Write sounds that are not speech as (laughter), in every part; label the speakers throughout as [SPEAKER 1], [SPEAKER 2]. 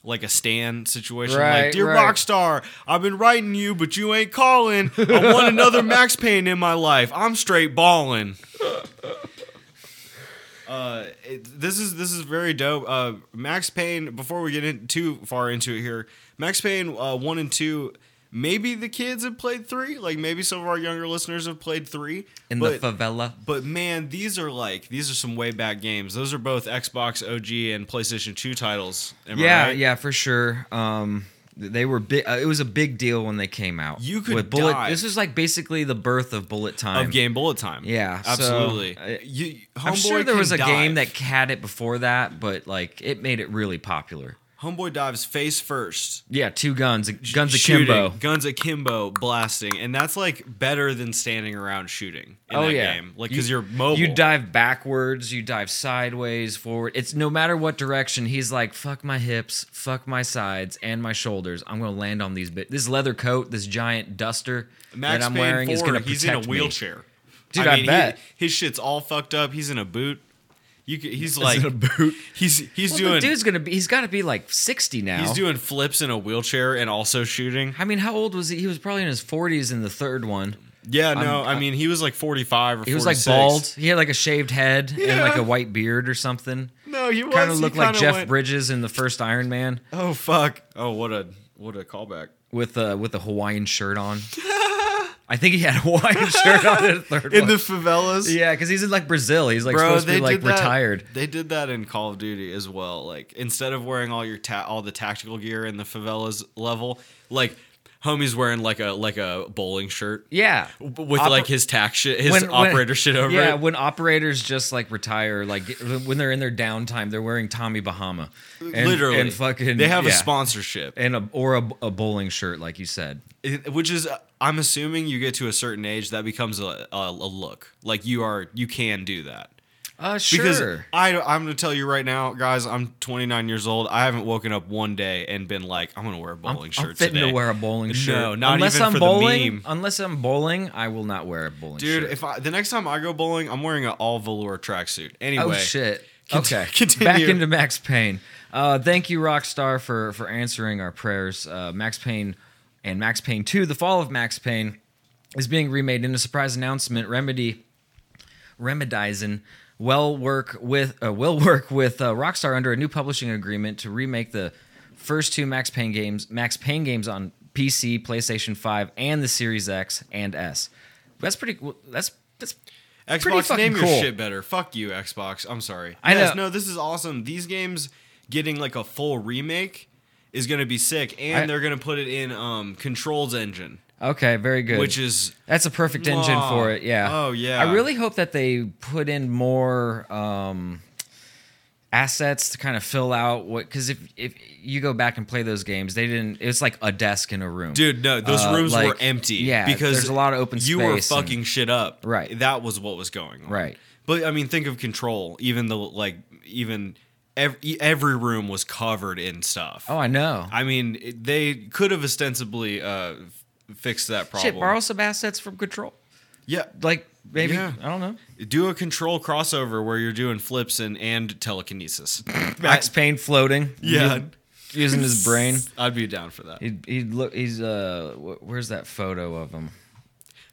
[SPEAKER 1] like a Stan situation.
[SPEAKER 2] Right,
[SPEAKER 1] like, dear
[SPEAKER 2] right.
[SPEAKER 1] Rockstar, I've been writing you, but you ain't calling. I want
[SPEAKER 2] (laughs)
[SPEAKER 1] another Max Payne in my life. I'm straight balling. Uh, it, this is this is very dope. Uh, Max Payne. Before we get in too far into it here, Max Payne uh, one and two. Maybe the kids have played three. Like maybe some of our younger listeners have played three.
[SPEAKER 2] In
[SPEAKER 1] but,
[SPEAKER 2] the favela,
[SPEAKER 1] but man, these are like these are some way back games. Those are both Xbox OG and PlayStation Two titles. Am I
[SPEAKER 2] yeah,
[SPEAKER 1] right?
[SPEAKER 2] yeah, for sure. Um, they were big. Uh, it was a big deal when they came out.
[SPEAKER 1] You could
[SPEAKER 2] with bullet.
[SPEAKER 1] die.
[SPEAKER 2] This is like basically the birth of bullet time.
[SPEAKER 1] Of game bullet time.
[SPEAKER 2] Yeah, so,
[SPEAKER 1] absolutely.
[SPEAKER 2] I-
[SPEAKER 1] you,
[SPEAKER 2] I'm
[SPEAKER 1] Homeboy
[SPEAKER 2] sure there
[SPEAKER 1] can
[SPEAKER 2] was a game
[SPEAKER 1] dive.
[SPEAKER 2] that had it before that, but like it made it really popular.
[SPEAKER 1] Homeboy dives face first.
[SPEAKER 2] Yeah, two guns, guns
[SPEAKER 1] shooting,
[SPEAKER 2] akimbo.
[SPEAKER 1] guns akimbo, blasting, and that's like better than standing around shooting. In
[SPEAKER 2] oh
[SPEAKER 1] that
[SPEAKER 2] yeah,
[SPEAKER 1] game. like because you, are mobile.
[SPEAKER 2] You dive backwards, you dive sideways, forward. It's no matter what direction. He's like, fuck my hips, fuck my sides and my shoulders. I'm gonna land on these bit. This leather coat, this giant duster
[SPEAKER 1] Max
[SPEAKER 2] that I'm
[SPEAKER 1] Payne
[SPEAKER 2] wearing is
[SPEAKER 1] 4,
[SPEAKER 2] gonna protect
[SPEAKER 1] He's in a
[SPEAKER 2] me.
[SPEAKER 1] wheelchair,
[SPEAKER 2] Dude, I
[SPEAKER 1] he-
[SPEAKER 2] bet.
[SPEAKER 1] his shit's all fucked up. He's in a boot. You could, he's
[SPEAKER 2] in
[SPEAKER 1] like
[SPEAKER 2] a boot.
[SPEAKER 1] He's he's
[SPEAKER 2] Well,
[SPEAKER 1] doing
[SPEAKER 2] the dude's gonna be. He's gotta be like 60 now.
[SPEAKER 1] he's doing flips in a wheelchair and also shooting.
[SPEAKER 2] I mean, how old was he? He was probably in his 40s in the third one.
[SPEAKER 1] Yeah, no,
[SPEAKER 2] I'm-
[SPEAKER 1] I mean he was like forty five or
[SPEAKER 2] He was
[SPEAKER 1] 46.
[SPEAKER 2] like bald. He had like a shaved head and like
[SPEAKER 1] Yeah.
[SPEAKER 2] a white beard or something.
[SPEAKER 1] No, he was
[SPEAKER 2] Kind of
[SPEAKER 1] he
[SPEAKER 2] looked like
[SPEAKER 1] kinda
[SPEAKER 2] Jeff
[SPEAKER 1] went-
[SPEAKER 2] Bridges in the first Iron Man
[SPEAKER 1] Oh fuck! Oh what a what a callback.
[SPEAKER 2] with a with a Hawaiian
[SPEAKER 1] (laughs)
[SPEAKER 2] shirt on. I think he had a Hawaiian shirt on in the third
[SPEAKER 1] In
[SPEAKER 2] one.
[SPEAKER 1] the favelas.
[SPEAKER 2] yeah, because he's in like Brazil. He's like supposed to be like
[SPEAKER 1] that-
[SPEAKER 2] retired.
[SPEAKER 1] They did that in Call of Duty as well. Like instead of wearing all your ta- all the tactical gear in the favelas level, like homie's wearing like a like a bowling shirt
[SPEAKER 2] Yeah,
[SPEAKER 1] with
[SPEAKER 2] Oper-
[SPEAKER 1] like his tack shit, his operator shit over
[SPEAKER 2] Yeah,
[SPEAKER 1] it.
[SPEAKER 2] when operators just like retire, like get- when they're in their downtime, they're wearing Tommy Bahama,
[SPEAKER 1] (laughs)
[SPEAKER 2] and,
[SPEAKER 1] Literally,
[SPEAKER 2] and fucking
[SPEAKER 1] they have a
[SPEAKER 2] yeah.
[SPEAKER 1] sponsorship,
[SPEAKER 2] and a or a, a bowling shirt, like you said.
[SPEAKER 1] It- which is uh, I'm assuming you get to a certain age that becomes a, a, a look. Like you are, you can do that.
[SPEAKER 2] Uh,
[SPEAKER 1] Because
[SPEAKER 2] sure.
[SPEAKER 1] I, I'm going to tell you right now, guys, I'm 29 years old. I haven't woken up one day and been like, I'm going to wear a bowling
[SPEAKER 2] I'm,
[SPEAKER 1] shirt
[SPEAKER 2] I'm fitting
[SPEAKER 1] today.
[SPEAKER 2] to wear a bowling
[SPEAKER 1] No,
[SPEAKER 2] shirt.
[SPEAKER 1] not
[SPEAKER 2] unless
[SPEAKER 1] even
[SPEAKER 2] I'm
[SPEAKER 1] for the
[SPEAKER 2] bowling.
[SPEAKER 1] meme.
[SPEAKER 2] Unless I'm bowling, I will not wear a bowling
[SPEAKER 1] Dude,
[SPEAKER 2] shirt.
[SPEAKER 1] if I, the next time I go bowling, I'm wearing an all velour tracksuit. Anyway,
[SPEAKER 2] Oh shit.
[SPEAKER 1] Con-
[SPEAKER 2] okay.
[SPEAKER 1] (laughs) continue.
[SPEAKER 2] Back into Max Payne. Uh, thank you, Rockstar, for for answering our prayers. Uh, Max Payne and Max Payne 2, The Fall of Max Payne, is being remade in a surprise announcement. Remedy remedizing will work with uh, will work with uh, Rockstar under a new publishing agreement to remake the first two Max Payne games, Max Payne games on PC, PlayStation 5, and the Series X and S. That's pretty. That's that's pretty
[SPEAKER 1] Xbox,
[SPEAKER 2] fucking
[SPEAKER 1] name
[SPEAKER 2] cool.
[SPEAKER 1] your shit better. Fuck you, Xbox. I'm sorry.
[SPEAKER 2] I
[SPEAKER 1] yes,
[SPEAKER 2] know.
[SPEAKER 1] no, this is awesome. These games getting like a full remake is going to be sick, and
[SPEAKER 2] I-
[SPEAKER 1] they're going to put it in um Control's engine.
[SPEAKER 2] Okay, very good.
[SPEAKER 1] which is
[SPEAKER 2] that's a perfect engine
[SPEAKER 1] Mwah.
[SPEAKER 2] for it. Yeah.
[SPEAKER 1] Oh, yeah.
[SPEAKER 2] I really hope that they put in more um, assets to kind of fill out what because if if you go back and play those games, they didn't. It's like a desk in a room.
[SPEAKER 1] Dude, no, those
[SPEAKER 2] Uh,
[SPEAKER 1] rooms were
[SPEAKER 2] like,
[SPEAKER 1] empty.
[SPEAKER 2] yeah,
[SPEAKER 1] because
[SPEAKER 2] there's a lot of open
[SPEAKER 1] You were
[SPEAKER 2] space and-
[SPEAKER 1] fucking shit up.
[SPEAKER 2] Right.
[SPEAKER 1] that was what was going on.
[SPEAKER 2] Right.
[SPEAKER 1] but I mean, think of control. Even though, like, even every, every room was covered in stuff.
[SPEAKER 2] Oh, I know.
[SPEAKER 1] I mean, it- they could have ostensibly uh, f- fixed that problem.
[SPEAKER 2] Shit, borrow some assets from Control.
[SPEAKER 1] yeah,
[SPEAKER 2] Like maybe
[SPEAKER 1] Yeah.
[SPEAKER 2] I don't know.
[SPEAKER 1] do a control crossover where you're doing flips and and telekinesis.
[SPEAKER 2] (laughs) Max Payne floating.
[SPEAKER 1] yeah,
[SPEAKER 2] using his brain.
[SPEAKER 1] (laughs) I'd be down for that.
[SPEAKER 2] He'd, he'd look. He's uh. wh- Where's that photo of him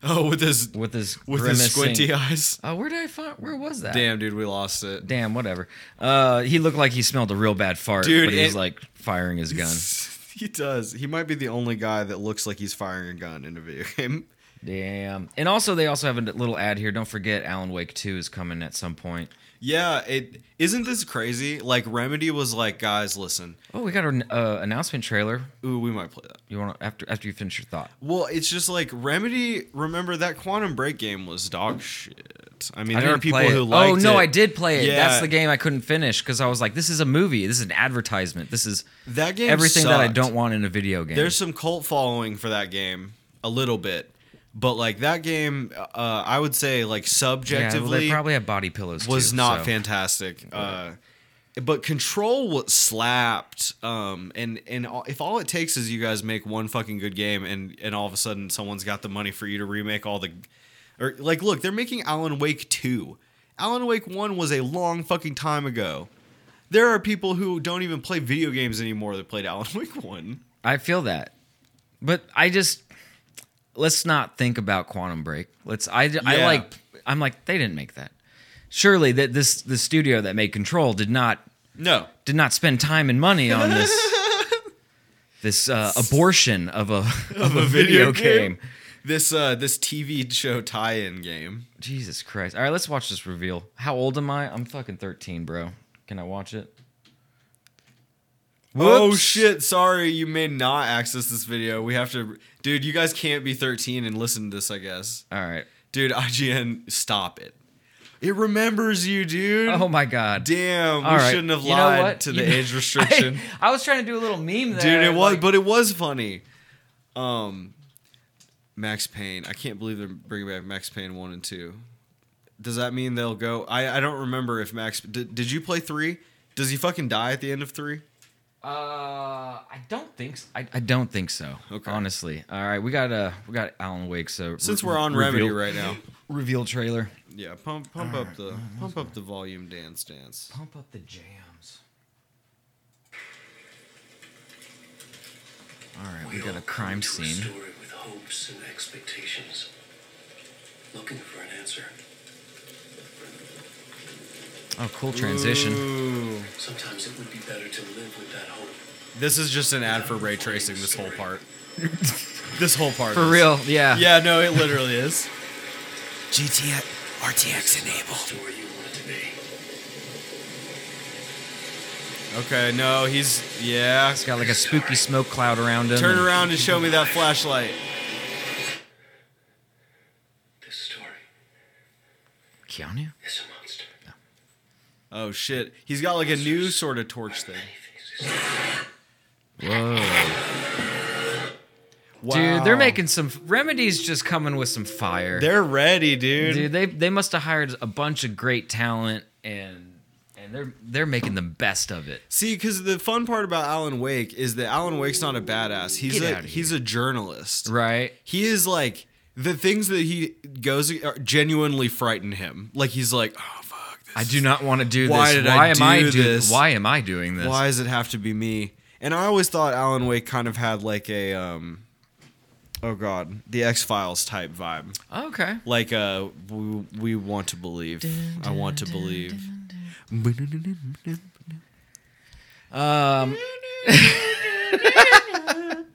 [SPEAKER 1] Oh, with his
[SPEAKER 2] with his
[SPEAKER 1] with his
[SPEAKER 2] grimacing-
[SPEAKER 1] squinty
[SPEAKER 2] (laughs)
[SPEAKER 1] eyes.
[SPEAKER 2] Uh, where did I find? Where was that?
[SPEAKER 1] Damn, dude, we lost it.
[SPEAKER 2] Damn, whatever. Uh, he looked like he smelled a real bad fart,
[SPEAKER 1] Dude,
[SPEAKER 2] but he was
[SPEAKER 1] it-
[SPEAKER 2] like firing his gun.
[SPEAKER 1] (laughs) He does. He might be the only guy that looks like he's firing a gun in a video game. (laughs)
[SPEAKER 2] Damn. And also, they also have a little ad here. Don't forget, Alan Wake Two is coming at some point.
[SPEAKER 1] Yeah, it isn't this crazy. Like Remedy was like, guys, listen.
[SPEAKER 2] Oh, we got an uh, announcement trailer.
[SPEAKER 1] Ooh, we might play that.
[SPEAKER 2] You want to after after you finish your thought?
[SPEAKER 1] Well, it's just like Remedy. Remember that Quantum Break game was dog shit. I mean,
[SPEAKER 2] I
[SPEAKER 1] there are
[SPEAKER 2] didn't
[SPEAKER 1] people
[SPEAKER 2] play
[SPEAKER 1] who
[SPEAKER 2] it.
[SPEAKER 1] liked
[SPEAKER 2] Oh no,
[SPEAKER 1] it.
[SPEAKER 2] I did play it.
[SPEAKER 1] Yeah.
[SPEAKER 2] That's the game I couldn't finish because I was like, this is a movie. This is an advertisement. This is
[SPEAKER 1] That game.
[SPEAKER 2] everything that I
[SPEAKER 1] sucked.
[SPEAKER 2] don't want in a video game.
[SPEAKER 1] There's some cult following for that game, a little bit, but like that game, uh, I would say like
[SPEAKER 2] yeah, well,
[SPEAKER 1] subjectively,
[SPEAKER 2] they probably have body pillows.
[SPEAKER 1] was
[SPEAKER 2] too,
[SPEAKER 1] not
[SPEAKER 2] so.
[SPEAKER 1] fantastic. Uh, but control was slapped. Um, and and all, if all it takes is you guys make one fucking good game, and and all of a sudden someone's got the money for you to remake all the, or like look, they're making Alan Wake two. Alan Wake one was a long fucking time ago. There are people who don't even play video games anymore that played Alan (laughs) Wake one.
[SPEAKER 2] I feel that, but I just let's not think about Quantum Break. Let's I I
[SPEAKER 1] Yeah.
[SPEAKER 2] like I'm like they didn't make that. Surely that this the studio that made Control did not
[SPEAKER 1] No,
[SPEAKER 2] did not spend time and money on this
[SPEAKER 1] (laughs)
[SPEAKER 2] this uh, abortion of a of, a, video, game.
[SPEAKER 1] This uh this TV show tie-in game.
[SPEAKER 2] Jesus Christ! All right, let's watch this reveal. How old am I? I'm fucking 13, bro. Can I watch it?
[SPEAKER 1] Oh
[SPEAKER 2] Whoops.
[SPEAKER 1] shit, sorry, you may not access this video. We have to Dude, you guys can't be 13 and listen to this, I guess.
[SPEAKER 2] All right.
[SPEAKER 1] Dude, (laughs) IGN, stop it. It remembers you, dude.
[SPEAKER 2] Oh my God.
[SPEAKER 1] Damn,
[SPEAKER 2] All
[SPEAKER 1] we
[SPEAKER 2] right.
[SPEAKER 1] shouldn't have
[SPEAKER 2] You know
[SPEAKER 1] lied
[SPEAKER 2] what?
[SPEAKER 1] to
[SPEAKER 2] You
[SPEAKER 1] the
[SPEAKER 2] know-
[SPEAKER 1] age restriction.
[SPEAKER 2] (laughs) I, I was trying to do a little meme there.
[SPEAKER 1] dude, it was
[SPEAKER 2] like-
[SPEAKER 1] but it was funny. Um Max Payne. I can't believe they're bringing back Max Payne 1 and 2. Does that mean they'll go? I, I don't remember if Max did, did you play 3? Does he fucking die at the end of 3?
[SPEAKER 2] Uh, I don't think so. I, I don't think so.
[SPEAKER 1] Okay.
[SPEAKER 2] Honestly. All right, we got uh we got Alan Wake. So
[SPEAKER 1] Since
[SPEAKER 2] re-
[SPEAKER 1] we're on
[SPEAKER 2] reveal-
[SPEAKER 1] Remedy right now.
[SPEAKER 2] reveal trailer.
[SPEAKER 1] Yeah, pump pump up the pump up the volume, dance, dance.
[SPEAKER 2] Pump up the jams. All right, we got a crime scene.
[SPEAKER 3] story with hopes and expectations, looking for an answer.
[SPEAKER 2] Oh, cool transition.
[SPEAKER 1] Ooh.
[SPEAKER 3] Sometimes it would be better to live with that hope.
[SPEAKER 1] This is just an ad for ray tracing. This whole part. this whole part.
[SPEAKER 2] For
[SPEAKER 1] is.
[SPEAKER 2] real, yeah.
[SPEAKER 1] Yeah, no, it literally is.
[SPEAKER 3] Story you want it to be.
[SPEAKER 1] Okay, no, he's yeah.
[SPEAKER 2] It's got like a spooky smoke cloud around him.
[SPEAKER 1] Turn around and show me that flashlight.
[SPEAKER 3] This story
[SPEAKER 2] Keanu.
[SPEAKER 3] is a monster.
[SPEAKER 1] Oh shit, he's got like a new sort of torch thing. Whoa.
[SPEAKER 2] Dude, they're making some remedies. Just coming with some fire.
[SPEAKER 1] They're ready,
[SPEAKER 2] Dude, they they must have hired a bunch of great talent and and they're they're making the best of it.
[SPEAKER 1] See, because the fun part about Alan Wake is that Alan Wake's not a badass. He's
[SPEAKER 2] Get
[SPEAKER 1] a
[SPEAKER 2] outta here.
[SPEAKER 1] he's a journalist.
[SPEAKER 2] Right.
[SPEAKER 1] He is like the things that he goes are genuinely frighten him. Like he's like, oh fuck, this
[SPEAKER 2] I do not want to do
[SPEAKER 1] Why
[SPEAKER 2] this.
[SPEAKER 1] did I
[SPEAKER 2] why am I
[SPEAKER 1] do
[SPEAKER 2] do-
[SPEAKER 1] this?
[SPEAKER 2] Why am I doing this?
[SPEAKER 1] Why does it have to be me? And I always thought Alan Wake kind of had like a um, oh god, the X Files type vibe.
[SPEAKER 2] Okay.
[SPEAKER 1] Like uh, we, we want to believe. I want to believe.
[SPEAKER 2] Um.
[SPEAKER 1] (laughs)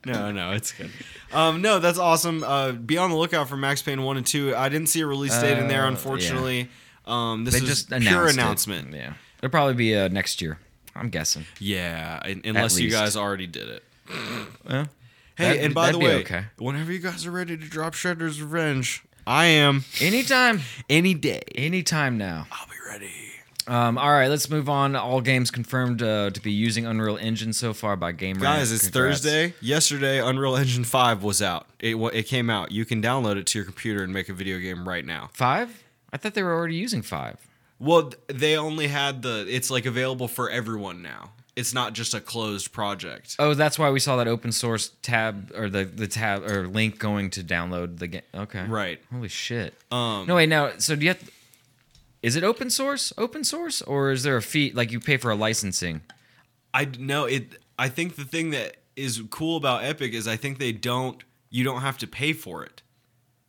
[SPEAKER 1] No, no, it's good. Um, no, that's awesome. Uh, be on the lookout for Max Payne one and two. I didn't see a release date in there,
[SPEAKER 2] Uh,
[SPEAKER 1] unfortunately. Um, this
[SPEAKER 2] They
[SPEAKER 1] is
[SPEAKER 2] just
[SPEAKER 1] pure
[SPEAKER 2] announced it.
[SPEAKER 1] announcement.
[SPEAKER 2] Yeah. It'll probably be uh, next year. I'm guessing.
[SPEAKER 1] Yeah, un- unless you
[SPEAKER 2] least.
[SPEAKER 1] guys already did it. Hey,
[SPEAKER 2] That-
[SPEAKER 1] and by the
[SPEAKER 2] that'd be
[SPEAKER 1] way,
[SPEAKER 2] okay.
[SPEAKER 1] whenever you guys are ready to drop Shredder's Revenge, I am
[SPEAKER 2] Anytime,
[SPEAKER 1] (laughs) any day.
[SPEAKER 2] anytime now.
[SPEAKER 1] I'll be ready.
[SPEAKER 2] Um, all right, let's move on. All games confirmed uh, to be using Unreal Engine so far by Gamer.
[SPEAKER 1] Guys, it's Thursday. Yesterday, Unreal Engine 5 was out. It wa- it came out. You can download it to your computer and make a video game right now.
[SPEAKER 2] Five? I thought they were already using five.
[SPEAKER 1] Well, th- they only had the it's like available for everyone now. It's not just a closed project.
[SPEAKER 2] Oh, that's why we saw that open source tab or the the tab or link going to download the game. Okay,
[SPEAKER 1] Right.
[SPEAKER 2] Holy shit.
[SPEAKER 1] Um
[SPEAKER 2] No, wait, now, so do you have. Is it open source? Open source? Or is there a fee? Like you pay for a licensing?
[SPEAKER 1] I d- no, it I think the thing that is cool about Epic is I think they don't you don't have to pay for it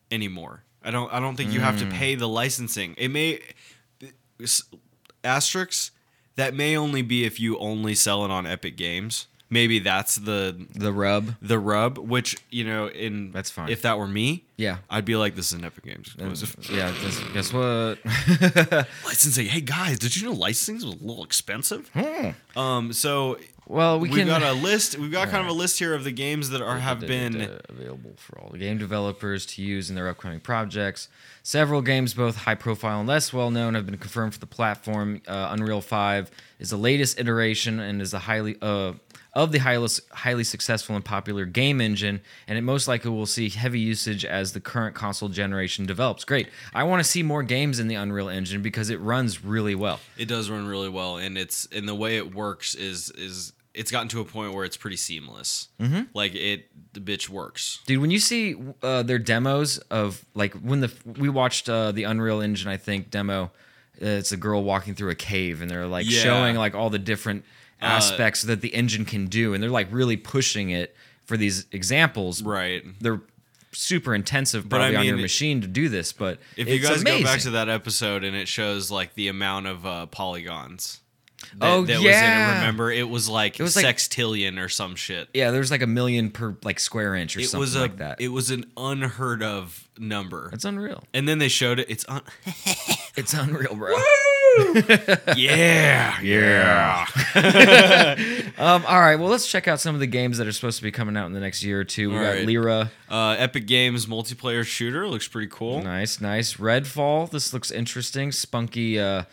[SPEAKER 1] anymore. I don't I don't think you have
[SPEAKER 2] Mm.
[SPEAKER 1] to pay the licensing. It may s- asterisks that may only be if you only sell it on Epic Games. Maybe that's the
[SPEAKER 2] The rub?
[SPEAKER 1] the rub, which you know, in
[SPEAKER 2] That's fine.
[SPEAKER 1] If that were me,
[SPEAKER 2] Yeah. Mm.
[SPEAKER 1] I'd be like, this is an Epic Games exclusive.
[SPEAKER 2] Yeah, that's, guess what? (laughs)
[SPEAKER 1] licensing. Hey guys, did you know licensing was a little expensive?
[SPEAKER 2] Hmm.
[SPEAKER 1] Um, so
[SPEAKER 2] well, we
[SPEAKER 1] we have
[SPEAKER 2] can.
[SPEAKER 1] got a list. We've got kind of a list here of the games that are have been.
[SPEAKER 2] available for all the game developers to use in their upcoming projects. Several games, both high profile and less well known, have been confirmed for the platform. Uh, Unreal Five is the latest iteration and is the highly uh, of the highly highly successful and popular game engine, and it most likely will see heavy usage as the current console generation develops. Great, I want to see more games in the Unreal Engine because it runs really well.
[SPEAKER 1] It does run really well, and it's and the way it works is is it's gotten to a point where it's pretty seamless. Mm-hmm. Like it, the bitch works.
[SPEAKER 2] Dude, when you see uh, their demos of like when the we watched uh, the Unreal Engine, I think demo, uh, it's a girl walking through a cave, and they're like
[SPEAKER 1] Yeah. Uh,
[SPEAKER 2] showing like all the different aspects that the engine can do, and they're like really pushing it for these examples.
[SPEAKER 1] Right.
[SPEAKER 2] They're super intensive,
[SPEAKER 1] I
[SPEAKER 2] probably on your
[SPEAKER 1] mean,
[SPEAKER 2] machine to do this. But
[SPEAKER 1] If
[SPEAKER 2] it's
[SPEAKER 1] you guys
[SPEAKER 2] amazing.
[SPEAKER 1] go back to that episode and it shows like the amount of uh, polygons. That,
[SPEAKER 2] Oh,
[SPEAKER 1] that was in
[SPEAKER 2] yeah.
[SPEAKER 1] it. Remember, it was like
[SPEAKER 2] was like-
[SPEAKER 1] sextillion or some shit.
[SPEAKER 2] yeah, there's like a million per like square inch or
[SPEAKER 1] It
[SPEAKER 2] something
[SPEAKER 1] was a,
[SPEAKER 2] like that.
[SPEAKER 1] it was an unheard of number.
[SPEAKER 2] it's unreal.
[SPEAKER 1] and then they showed it. It's
[SPEAKER 2] (laughs)
[SPEAKER 1] un-
[SPEAKER 2] It's unreal, bro.
[SPEAKER 1] yeah, yeah.
[SPEAKER 2] (laughs) Um, all right, well, let's check out some of the games that are supposed to be coming out in the next year or two. We
[SPEAKER 1] All
[SPEAKER 2] got
[SPEAKER 1] right.
[SPEAKER 2] Lyra.
[SPEAKER 1] Uh, Epic Games multiplayer shooter looks pretty cool.
[SPEAKER 2] Nice, nice. Redfall. This looks interesting. Spunky uh,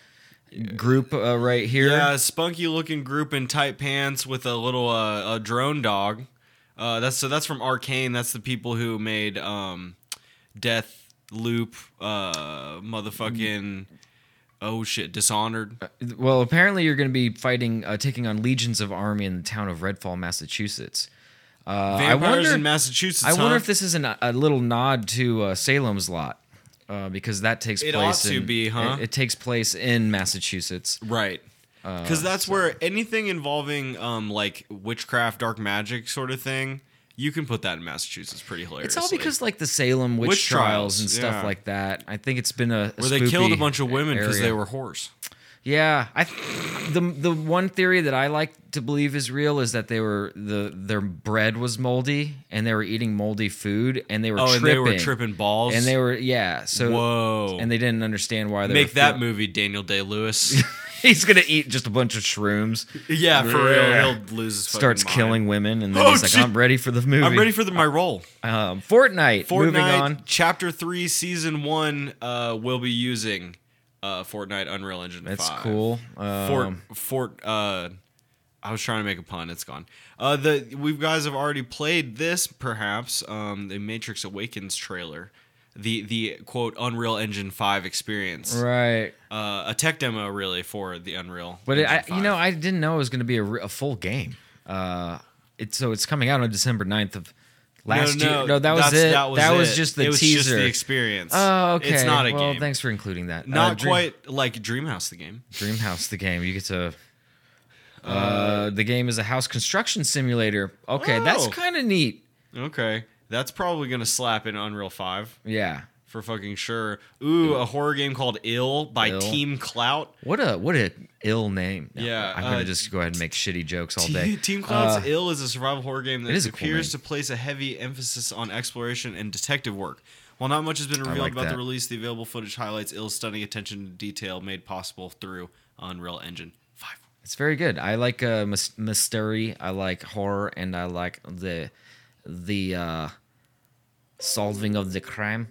[SPEAKER 2] group uh, right here.
[SPEAKER 1] Yeah, spunky looking group in tight pants with a little uh, a drone dog. Uh, that's so that's from Arcane. That's the people who made um, Death Loop, uh, motherfucking oh shit, Dishonored.
[SPEAKER 2] Uh, Well, apparently you're going to be fighting, uh, taking on legions of army in the town of Redfall, Massachusetts. Uh, I
[SPEAKER 1] Vampires
[SPEAKER 2] wonder.
[SPEAKER 1] in Massachusetts.
[SPEAKER 2] I wonder
[SPEAKER 1] huh?
[SPEAKER 2] if this is an, a little nod to uh, Salem's Lot, uh, because that takes
[SPEAKER 1] It
[SPEAKER 2] place.
[SPEAKER 1] ought to
[SPEAKER 2] in-
[SPEAKER 1] be, huh?
[SPEAKER 2] It, it takes place in Massachusetts.
[SPEAKER 1] Right. Because that's where anything involving um like witchcraft, dark magic sort of thing, you can put that in Massachusetts pretty hilarious.
[SPEAKER 2] It's all because like the Salem witch,
[SPEAKER 1] Witch
[SPEAKER 2] trials,
[SPEAKER 1] trials,
[SPEAKER 2] and stuff
[SPEAKER 1] yeah.
[SPEAKER 2] like that. I think it's been a, a
[SPEAKER 1] where they killed a
[SPEAKER 2] spoopy
[SPEAKER 1] bunch of women because they
[SPEAKER 2] area.
[SPEAKER 1] were whores.
[SPEAKER 2] Yeah, I th- the the one theory that I like to believe is real is that they were the their bread was moldy and they were eating moldy food and they were
[SPEAKER 1] Oh,
[SPEAKER 2] tripping.
[SPEAKER 1] and they were tripping balls.
[SPEAKER 2] And they were yeah, so
[SPEAKER 1] Whoa.
[SPEAKER 2] and they didn't understand why they
[SPEAKER 1] make
[SPEAKER 2] were
[SPEAKER 1] that
[SPEAKER 2] feel-
[SPEAKER 1] movie, Daniel Day Lewis.
[SPEAKER 2] (laughs) He's going to eat just a bunch of shrooms,
[SPEAKER 1] (laughs) yeah, for real. He'll lose his fucking
[SPEAKER 2] starts
[SPEAKER 1] mind.
[SPEAKER 2] killing women and then
[SPEAKER 1] Oh,
[SPEAKER 2] he's like
[SPEAKER 1] shit.
[SPEAKER 2] I'm ready for the movie.
[SPEAKER 1] I'm ready for the, my role.
[SPEAKER 2] um, Fortnite.
[SPEAKER 1] Fortnite
[SPEAKER 2] Moving on.
[SPEAKER 1] Chapter 3, Season 1 uh, will be using uh, Fortnite Unreal Engine
[SPEAKER 2] That's
[SPEAKER 1] 5.
[SPEAKER 2] cool.
[SPEAKER 1] Fort
[SPEAKER 2] Um,
[SPEAKER 1] Fort. Uh, I was trying to make a pun. It's gone. Uh, the we guys have already played this, perhaps um, the Matrix Awakens trailer, the the quote Unreal Engine Five experience,
[SPEAKER 2] right.
[SPEAKER 1] uh, a tech demo really for the Unreal.
[SPEAKER 2] But it, I,
[SPEAKER 1] Engine
[SPEAKER 2] you know,
[SPEAKER 1] 5.
[SPEAKER 2] I didn't know it was going to be a, re- a full game. Uh, it, so it's coming out on December 9th of last year. No, that was
[SPEAKER 1] that's-
[SPEAKER 2] it. That was,
[SPEAKER 1] it.
[SPEAKER 2] just the
[SPEAKER 1] It was
[SPEAKER 2] teaser.
[SPEAKER 1] just the experience.
[SPEAKER 2] Oh, okay.
[SPEAKER 1] It's not a
[SPEAKER 2] well,
[SPEAKER 1] game.
[SPEAKER 2] thanks for including that. Uh,
[SPEAKER 1] Not
[SPEAKER 2] Dream-
[SPEAKER 1] quite like Dreamhouse the game.
[SPEAKER 2] Dreamhouse, the game. You get to. Uh, the game is a house construction simulator. Okay, that's
[SPEAKER 1] Oh.
[SPEAKER 2] kind of neat.
[SPEAKER 1] Okay, that's probably gonna slap in Unreal Five
[SPEAKER 2] Yeah.
[SPEAKER 1] for fucking sure. Ooh, a horror game called Ill by
[SPEAKER 2] Ill.
[SPEAKER 1] Team Clout.
[SPEAKER 2] What a what a ill name. No,
[SPEAKER 1] Yeah,
[SPEAKER 2] I'm gonna
[SPEAKER 1] uh,
[SPEAKER 2] just go ahead and make shitty jokes all
[SPEAKER 1] Te- (laughs)
[SPEAKER 2] day.
[SPEAKER 1] Team Cloud's
[SPEAKER 2] Uh,
[SPEAKER 1] Ill is a survival horror game that
[SPEAKER 2] is a cool
[SPEAKER 1] appears
[SPEAKER 2] name.
[SPEAKER 1] to place a heavy emphasis on exploration and detective work. While not much has been revealed
[SPEAKER 2] like
[SPEAKER 1] about
[SPEAKER 2] that.
[SPEAKER 1] the release, the available footage highlights Ill's stunning attention to detail made possible through Unreal Engine 5.
[SPEAKER 2] It's very good. I like uh, mys- mystery. I like horror, and I like the the uh, solving of the crime.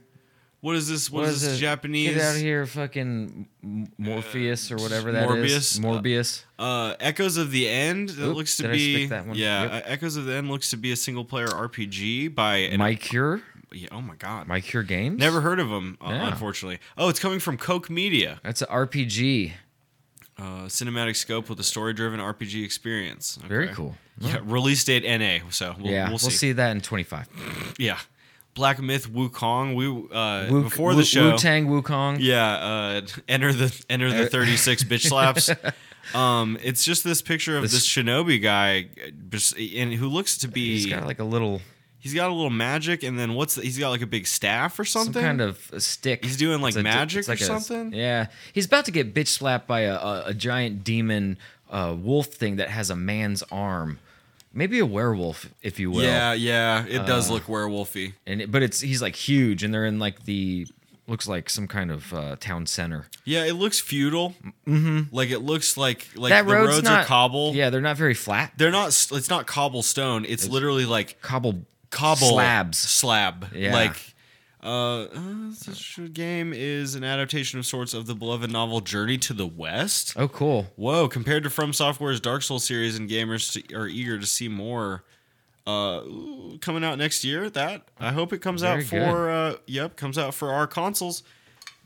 [SPEAKER 1] What is this? what is, this
[SPEAKER 2] it?
[SPEAKER 1] Japanese? Uh,
[SPEAKER 2] Get out of here, fucking M- Morpheus or whatever that
[SPEAKER 1] Morbius?
[SPEAKER 2] is. Morbius.
[SPEAKER 1] Uh, Echoes of the End. That
[SPEAKER 2] Oop,
[SPEAKER 1] looks to
[SPEAKER 2] did I
[SPEAKER 1] be
[SPEAKER 2] skip that one?
[SPEAKER 1] yeah.
[SPEAKER 2] Yep.
[SPEAKER 1] uh, Echoes of the End looks to be a single player RPG by an,
[SPEAKER 2] My Cure.
[SPEAKER 1] yeah, oh my god,
[SPEAKER 2] My Cure Games.
[SPEAKER 1] never heard of them uh,
[SPEAKER 2] Yeah.
[SPEAKER 1] unfortunately. Oh, it's coming from Coke Media.
[SPEAKER 2] That's an RPG.
[SPEAKER 1] Uh, cinematic scope with a story driven RPG experience.
[SPEAKER 2] Very
[SPEAKER 1] Okay.
[SPEAKER 2] cool.
[SPEAKER 1] Yeah, release date NA. So we'll,
[SPEAKER 2] yeah,
[SPEAKER 1] we'll, see.
[SPEAKER 2] that in 25.
[SPEAKER 1] Yeah, Black Myth Wukong. We uh,
[SPEAKER 2] Wu-
[SPEAKER 1] before
[SPEAKER 2] Wu-
[SPEAKER 1] the show.
[SPEAKER 2] Wu-Tang Er- Wukong.
[SPEAKER 1] Yeah, uh, enter the enter the thirty six bitch
[SPEAKER 2] (laughs)
[SPEAKER 1] slaps. Um, it's just this picture of
[SPEAKER 2] This-
[SPEAKER 1] this, shinobi guy, uh, just- and who looks to be
[SPEAKER 2] He's got like a little
[SPEAKER 1] a little magic, and then what's the, he's got like a big staff or something.
[SPEAKER 2] some kind of a stick.
[SPEAKER 1] He's doing, like,
[SPEAKER 2] a di-
[SPEAKER 1] magic
[SPEAKER 2] it's
[SPEAKER 1] or
[SPEAKER 2] a-
[SPEAKER 1] something?
[SPEAKER 2] yeah, he's about to get bitch slapped by a, a, a giant demon uh, wolf thing that has a man's arm, maybe a werewolf, if you will. Uh.
[SPEAKER 1] yeah, yeah, it does look werewolfy.
[SPEAKER 2] and it, but it's he's like huge, and they're in like the looks like some kind of uh, town center.
[SPEAKER 1] Yeah, it looks feudal. Mm-hmm. Like it looks like like
[SPEAKER 2] that
[SPEAKER 1] the
[SPEAKER 2] road's
[SPEAKER 1] roads
[SPEAKER 2] not
[SPEAKER 1] are cobble.
[SPEAKER 2] Yeah, they're not very flat.
[SPEAKER 1] they're not. s- It's not cobblestone. It's, literally like
[SPEAKER 2] cobble
[SPEAKER 1] cobble
[SPEAKER 2] slabs.
[SPEAKER 1] slab.
[SPEAKER 2] Yeah.
[SPEAKER 1] Like. Uh, uh, this game is an adaptation of sorts of the beloved novel Journey to the West.
[SPEAKER 2] oh, cool.
[SPEAKER 1] Whoa, compared to From Software's Dark Souls series, and gamers to, are eager to see more. Uh, ooh, coming out next year. That I hope it comes
[SPEAKER 2] Very
[SPEAKER 1] out for. Uh, yep, comes out for our consoles.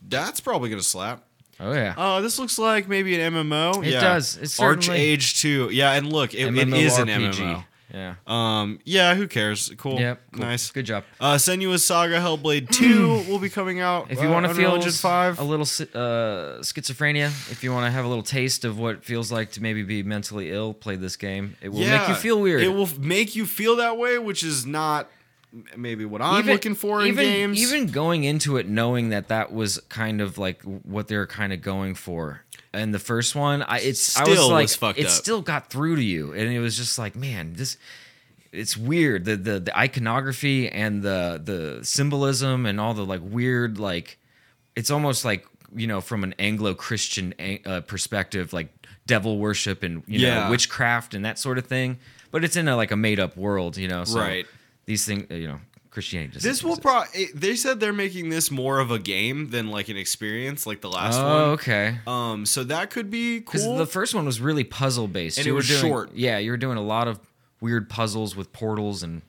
[SPEAKER 1] That's probably gonna slap.
[SPEAKER 2] Oh yeah.
[SPEAKER 1] Oh, this looks like maybe an MMO.
[SPEAKER 2] It
[SPEAKER 1] yeah.
[SPEAKER 2] does. It's
[SPEAKER 1] Arch
[SPEAKER 2] certainly-
[SPEAKER 1] Age Two. Yeah, and look, it, it is an
[SPEAKER 2] MMORPG.
[SPEAKER 1] MMO.
[SPEAKER 2] Yeah.
[SPEAKER 1] Um, yeah, who cares? Cool.
[SPEAKER 2] Yep. cool.
[SPEAKER 1] Nice.
[SPEAKER 2] Good job.
[SPEAKER 1] Uh, Senua's Saga Hellblade
[SPEAKER 2] (clears throat)
[SPEAKER 1] 2 will be coming out.
[SPEAKER 2] If you
[SPEAKER 1] uh,
[SPEAKER 2] want to
[SPEAKER 1] Unreal
[SPEAKER 2] feel
[SPEAKER 1] Engine
[SPEAKER 2] s-
[SPEAKER 1] 5.
[SPEAKER 2] a little si- uh, schizophrenia, if you want to have a little taste of what it feels like to maybe be mentally ill, play this game. It will make you feel weird.
[SPEAKER 1] It will f- make you feel that way, which is not m- maybe what I'm looking for in
[SPEAKER 2] even,
[SPEAKER 1] games.
[SPEAKER 2] Even going into it knowing that that was kind of like what they're kind of going for. And the first one, I it's I was
[SPEAKER 1] Still
[SPEAKER 2] like
[SPEAKER 1] was fucked
[SPEAKER 2] it
[SPEAKER 1] up.
[SPEAKER 2] still got through to you, and it was just like man, this it's weird the the, the iconography and the the symbolism and all the like weird like it's almost like you know from an anglo-christian a- uh, perspective like devil worship and you know
[SPEAKER 1] Yeah.
[SPEAKER 2] witchcraft and that sort of thing but it's in a like a made-up world you know so
[SPEAKER 1] Right.
[SPEAKER 2] these things you know christianity doesn't
[SPEAKER 1] this will
[SPEAKER 2] exist.
[SPEAKER 1] probably. They said they're making this more of a game than like an experience, like the last one.
[SPEAKER 2] oh okay
[SPEAKER 1] Um, so that could be
[SPEAKER 2] because
[SPEAKER 1] cool.
[SPEAKER 2] the first one was really puzzle based
[SPEAKER 1] And it was
[SPEAKER 2] doing,
[SPEAKER 1] short.
[SPEAKER 2] yeah you were doing a lot of weird puzzles with portals and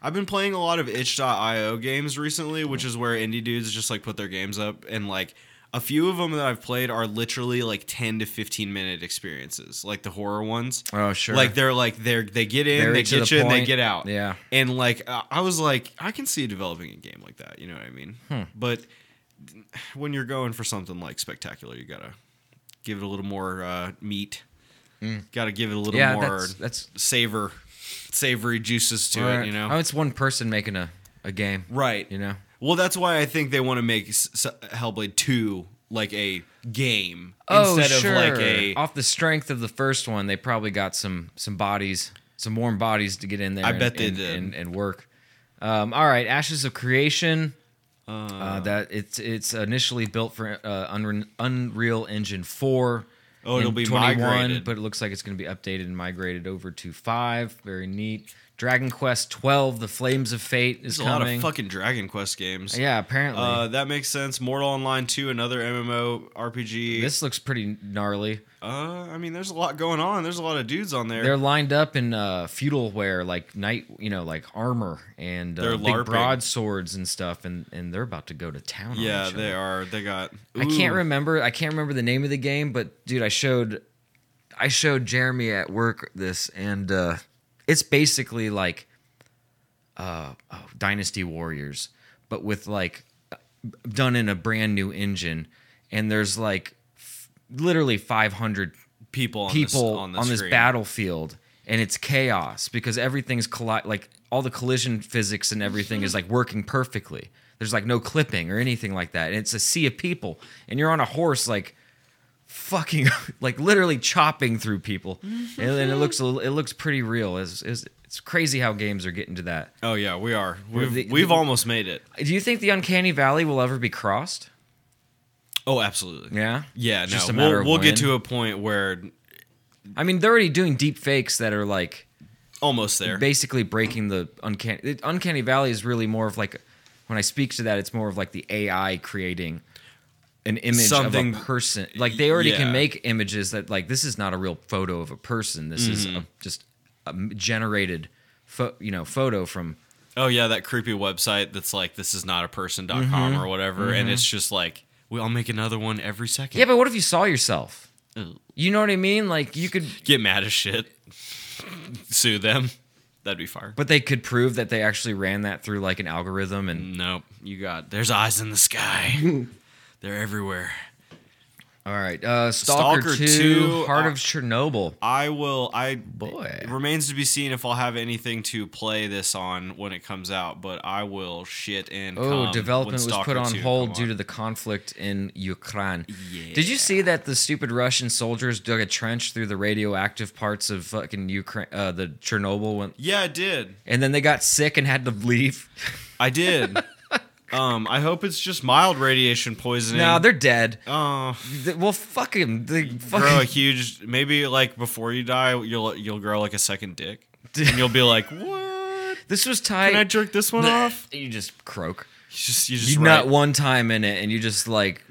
[SPEAKER 1] I've been playing a lot of itch.io games recently, which is where indie dudes just like put their games up and like a few of them that I've played are literally like 10 to 15 minute experiences, like the horror ones.
[SPEAKER 2] Oh, sure.
[SPEAKER 1] Like they're like they're they get in,
[SPEAKER 2] Very
[SPEAKER 1] they
[SPEAKER 2] to the
[SPEAKER 1] get you and they
[SPEAKER 2] point.
[SPEAKER 1] get out.
[SPEAKER 2] Yeah.
[SPEAKER 1] And like I I was like I can see developing a game like that, you know what I mean?
[SPEAKER 2] Hmm.
[SPEAKER 1] But when you're going for something like spectacular, you got to give it a little more uh, meat. Got to give it a little
[SPEAKER 2] Hmm. yeah
[SPEAKER 1] more
[SPEAKER 2] that's that's
[SPEAKER 1] savor savory juices to it, you know.
[SPEAKER 2] oh it's one person making a a game
[SPEAKER 1] Right.
[SPEAKER 2] you know
[SPEAKER 1] Well, that's why I think they want to make S- S- Hellblade 2 like a game
[SPEAKER 2] Oh,
[SPEAKER 1] instead of like a
[SPEAKER 2] off the strength of the first one, they probably got some some bodies, some warm bodies to get in there.
[SPEAKER 1] I
[SPEAKER 2] and,
[SPEAKER 1] bet they
[SPEAKER 2] and,
[SPEAKER 1] did.
[SPEAKER 2] and, and work. Um, all right, Ashes of Creation. Uh, that it's it's initially built for uh, Unre- Unreal Engine four.
[SPEAKER 1] Oh,
[SPEAKER 2] in
[SPEAKER 1] it'll be
[SPEAKER 2] 21,
[SPEAKER 1] migrated.
[SPEAKER 2] but it looks like it's going to be updated and migrated over to five. Very neat. Dragon Quest twelve, The Flames of Fate is
[SPEAKER 1] there's a lot
[SPEAKER 2] coming.
[SPEAKER 1] of fucking Dragon Quest games.
[SPEAKER 2] yeah, apparently
[SPEAKER 1] Uh, that makes sense. Mortal Online 2, another MMO RPG.
[SPEAKER 2] this looks pretty gnarly.
[SPEAKER 1] uh, I mean, there's a lot going on. There's a lot of dudes on there.
[SPEAKER 2] They're lined up in uh, feudal wear, like knight, you know, like armor and uh,
[SPEAKER 1] They're
[SPEAKER 2] big
[SPEAKER 1] LARPing.
[SPEAKER 2] broadswords and stuff, and and they're about to go to town. on
[SPEAKER 1] yeah,
[SPEAKER 2] each
[SPEAKER 1] they
[SPEAKER 2] other.
[SPEAKER 1] are. They got.
[SPEAKER 2] I can't
[SPEAKER 1] Ooh.
[SPEAKER 2] remember. I can't remember the name of the game, but dude, I showed, I showed Jeremy at work this, and uh, it's basically like, uh, oh, Dynasty Warriors, but with like, done in a brand new engine, and there's like, f- literally 500
[SPEAKER 1] people on
[SPEAKER 2] people
[SPEAKER 1] this,
[SPEAKER 2] on
[SPEAKER 1] on
[SPEAKER 2] this,
[SPEAKER 1] the screen.
[SPEAKER 2] battlefield and it's chaos because everything's colli- like all the collision physics and everything is like working perfectly there's like no clipping or anything like that and it's a sea of people and you're on a horse like fucking (laughs) like literally chopping through people
[SPEAKER 1] Mm-hmm.
[SPEAKER 2] and, and it looks a little- it looks pretty real it's, it's, it's crazy how games are getting to that
[SPEAKER 1] Oh yeah, we are. We've
[SPEAKER 2] the-
[SPEAKER 1] we've
[SPEAKER 2] the-
[SPEAKER 1] almost made it.
[SPEAKER 2] do you think the uncanny valley will ever be crossed
[SPEAKER 1] Oh, absolutely.
[SPEAKER 2] yeah
[SPEAKER 1] Yeah.
[SPEAKER 2] It's
[SPEAKER 1] no,
[SPEAKER 2] just a
[SPEAKER 1] we'll,
[SPEAKER 2] matter of
[SPEAKER 1] we'll get
[SPEAKER 2] when.
[SPEAKER 1] to a point where
[SPEAKER 2] i mean they're already doing deep fakes that are like
[SPEAKER 1] almost there.
[SPEAKER 2] basically breaking the uncanny it- uncanny valley is really more of like when I speak to that it's more of like the AI creating an image
[SPEAKER 1] Something-
[SPEAKER 2] of a person like they already
[SPEAKER 1] yeah.
[SPEAKER 2] can make images that like this is not a real photo of a person this is
[SPEAKER 1] Mm-hmm.
[SPEAKER 2] a, just a m- generated pho- you know photo from
[SPEAKER 1] oh yeah, that creepy website that's like this is not a person.com
[SPEAKER 2] Mm-hmm.
[SPEAKER 1] or whatever, and it's just like we will make another one every second.
[SPEAKER 2] yeah but what if you saw yourself
[SPEAKER 1] Ugh.
[SPEAKER 2] you know what I mean like you could
[SPEAKER 1] Get mad as shit. (laughs) Sue them. That'd be fire.
[SPEAKER 2] but they could prove that they actually ran that through like an algorithm and
[SPEAKER 1] Nope. You got there's eyes in the
[SPEAKER 2] (laughs)
[SPEAKER 1] sky. They're everywhere.
[SPEAKER 2] all right uh stalker,
[SPEAKER 1] Stalker
[SPEAKER 2] 2,
[SPEAKER 1] 2,
[SPEAKER 2] heart
[SPEAKER 1] uh,
[SPEAKER 2] of chernobyl
[SPEAKER 1] I will I
[SPEAKER 2] Boy.
[SPEAKER 1] It remains to be seen if I'll have anything to play this on when it comes out, but I will shit and
[SPEAKER 2] Oh,
[SPEAKER 1] come when
[SPEAKER 2] development was
[SPEAKER 1] Stalker
[SPEAKER 2] put on
[SPEAKER 1] 2
[SPEAKER 2] hold
[SPEAKER 1] come
[SPEAKER 2] due
[SPEAKER 1] on.
[SPEAKER 2] to the conflict in Ukraine. Did you see that the stupid Russian soldiers dug a trench through the radioactive parts of fucking Ukraine, uh, the Chernobyl one,
[SPEAKER 1] Yeah, I did.
[SPEAKER 2] and then they got sick and had to leave?
[SPEAKER 1] I
[SPEAKER 2] (laughs)
[SPEAKER 1] did. um, I hope it's just mild radiation poisoning.
[SPEAKER 2] No, they're dead. (laughs)
[SPEAKER 1] Oh,
[SPEAKER 2] Th- Well, fuck him. They
[SPEAKER 1] grow a
[SPEAKER 2] fucking
[SPEAKER 1] huge. Maybe like before you die, you'll you'll grow like a second dick,
[SPEAKER 2] (laughs)
[SPEAKER 1] and you'll be like, "What?
[SPEAKER 2] this was tied.
[SPEAKER 1] Can I jerk this one off?"
[SPEAKER 2] You just croak.
[SPEAKER 1] You just you just
[SPEAKER 2] You
[SPEAKER 1] write-
[SPEAKER 2] not one time in it, and you just like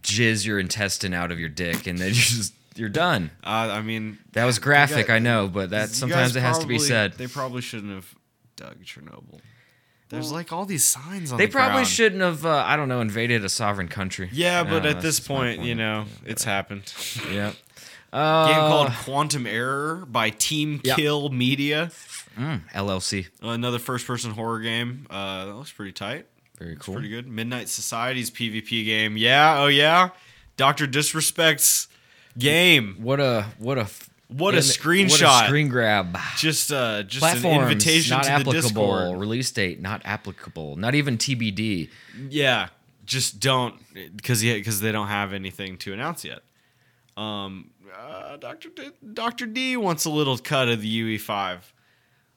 [SPEAKER 2] jizz your intestine out of your dick, and then you just you're done.
[SPEAKER 1] Uh, I mean,
[SPEAKER 2] That was graphic,
[SPEAKER 1] guys-
[SPEAKER 2] I know, but that
[SPEAKER 1] you
[SPEAKER 2] sometimes
[SPEAKER 1] guys
[SPEAKER 2] it has to be
[SPEAKER 1] probably-
[SPEAKER 2] said.
[SPEAKER 1] They probably shouldn't have dug Chernobyl. There's like all these signs on.
[SPEAKER 2] They
[SPEAKER 1] the
[SPEAKER 2] probably
[SPEAKER 1] ground.
[SPEAKER 2] shouldn't have, uh, I don't know, invaded a sovereign country.
[SPEAKER 1] Yeah, but
[SPEAKER 2] No,
[SPEAKER 1] at
[SPEAKER 2] that's
[SPEAKER 1] this
[SPEAKER 2] just my
[SPEAKER 1] point, you know, it's happened.
[SPEAKER 2] Yeah.
[SPEAKER 1] Game called
[SPEAKER 2] Uh,
[SPEAKER 1] Quantum Error by Team
[SPEAKER 2] Yeah.
[SPEAKER 1] Kill Media. (laughs)
[SPEAKER 2] LLC.
[SPEAKER 1] Another first-person horror game. Uh, that looks pretty tight.
[SPEAKER 2] Very
[SPEAKER 1] It's
[SPEAKER 2] cool.
[SPEAKER 1] pretty good. Midnight Society's PvP game. Yeah, oh yeah. Doctor Disrespect's game.
[SPEAKER 2] What a what a f-
[SPEAKER 1] What a
[SPEAKER 2] in- What
[SPEAKER 1] screenshot.
[SPEAKER 2] a screen grab.
[SPEAKER 1] Just uh just
[SPEAKER 2] Platforms
[SPEAKER 1] an invitation
[SPEAKER 2] not
[SPEAKER 1] to the
[SPEAKER 2] applicable.
[SPEAKER 1] Discord.
[SPEAKER 2] Release date not applicable. Not even TBD.
[SPEAKER 1] Yeah. Just don't cuz yeah, cuz they don't have anything to announce yet. Um uh, Dr. D, Dr. D wants a little cut of the UE5.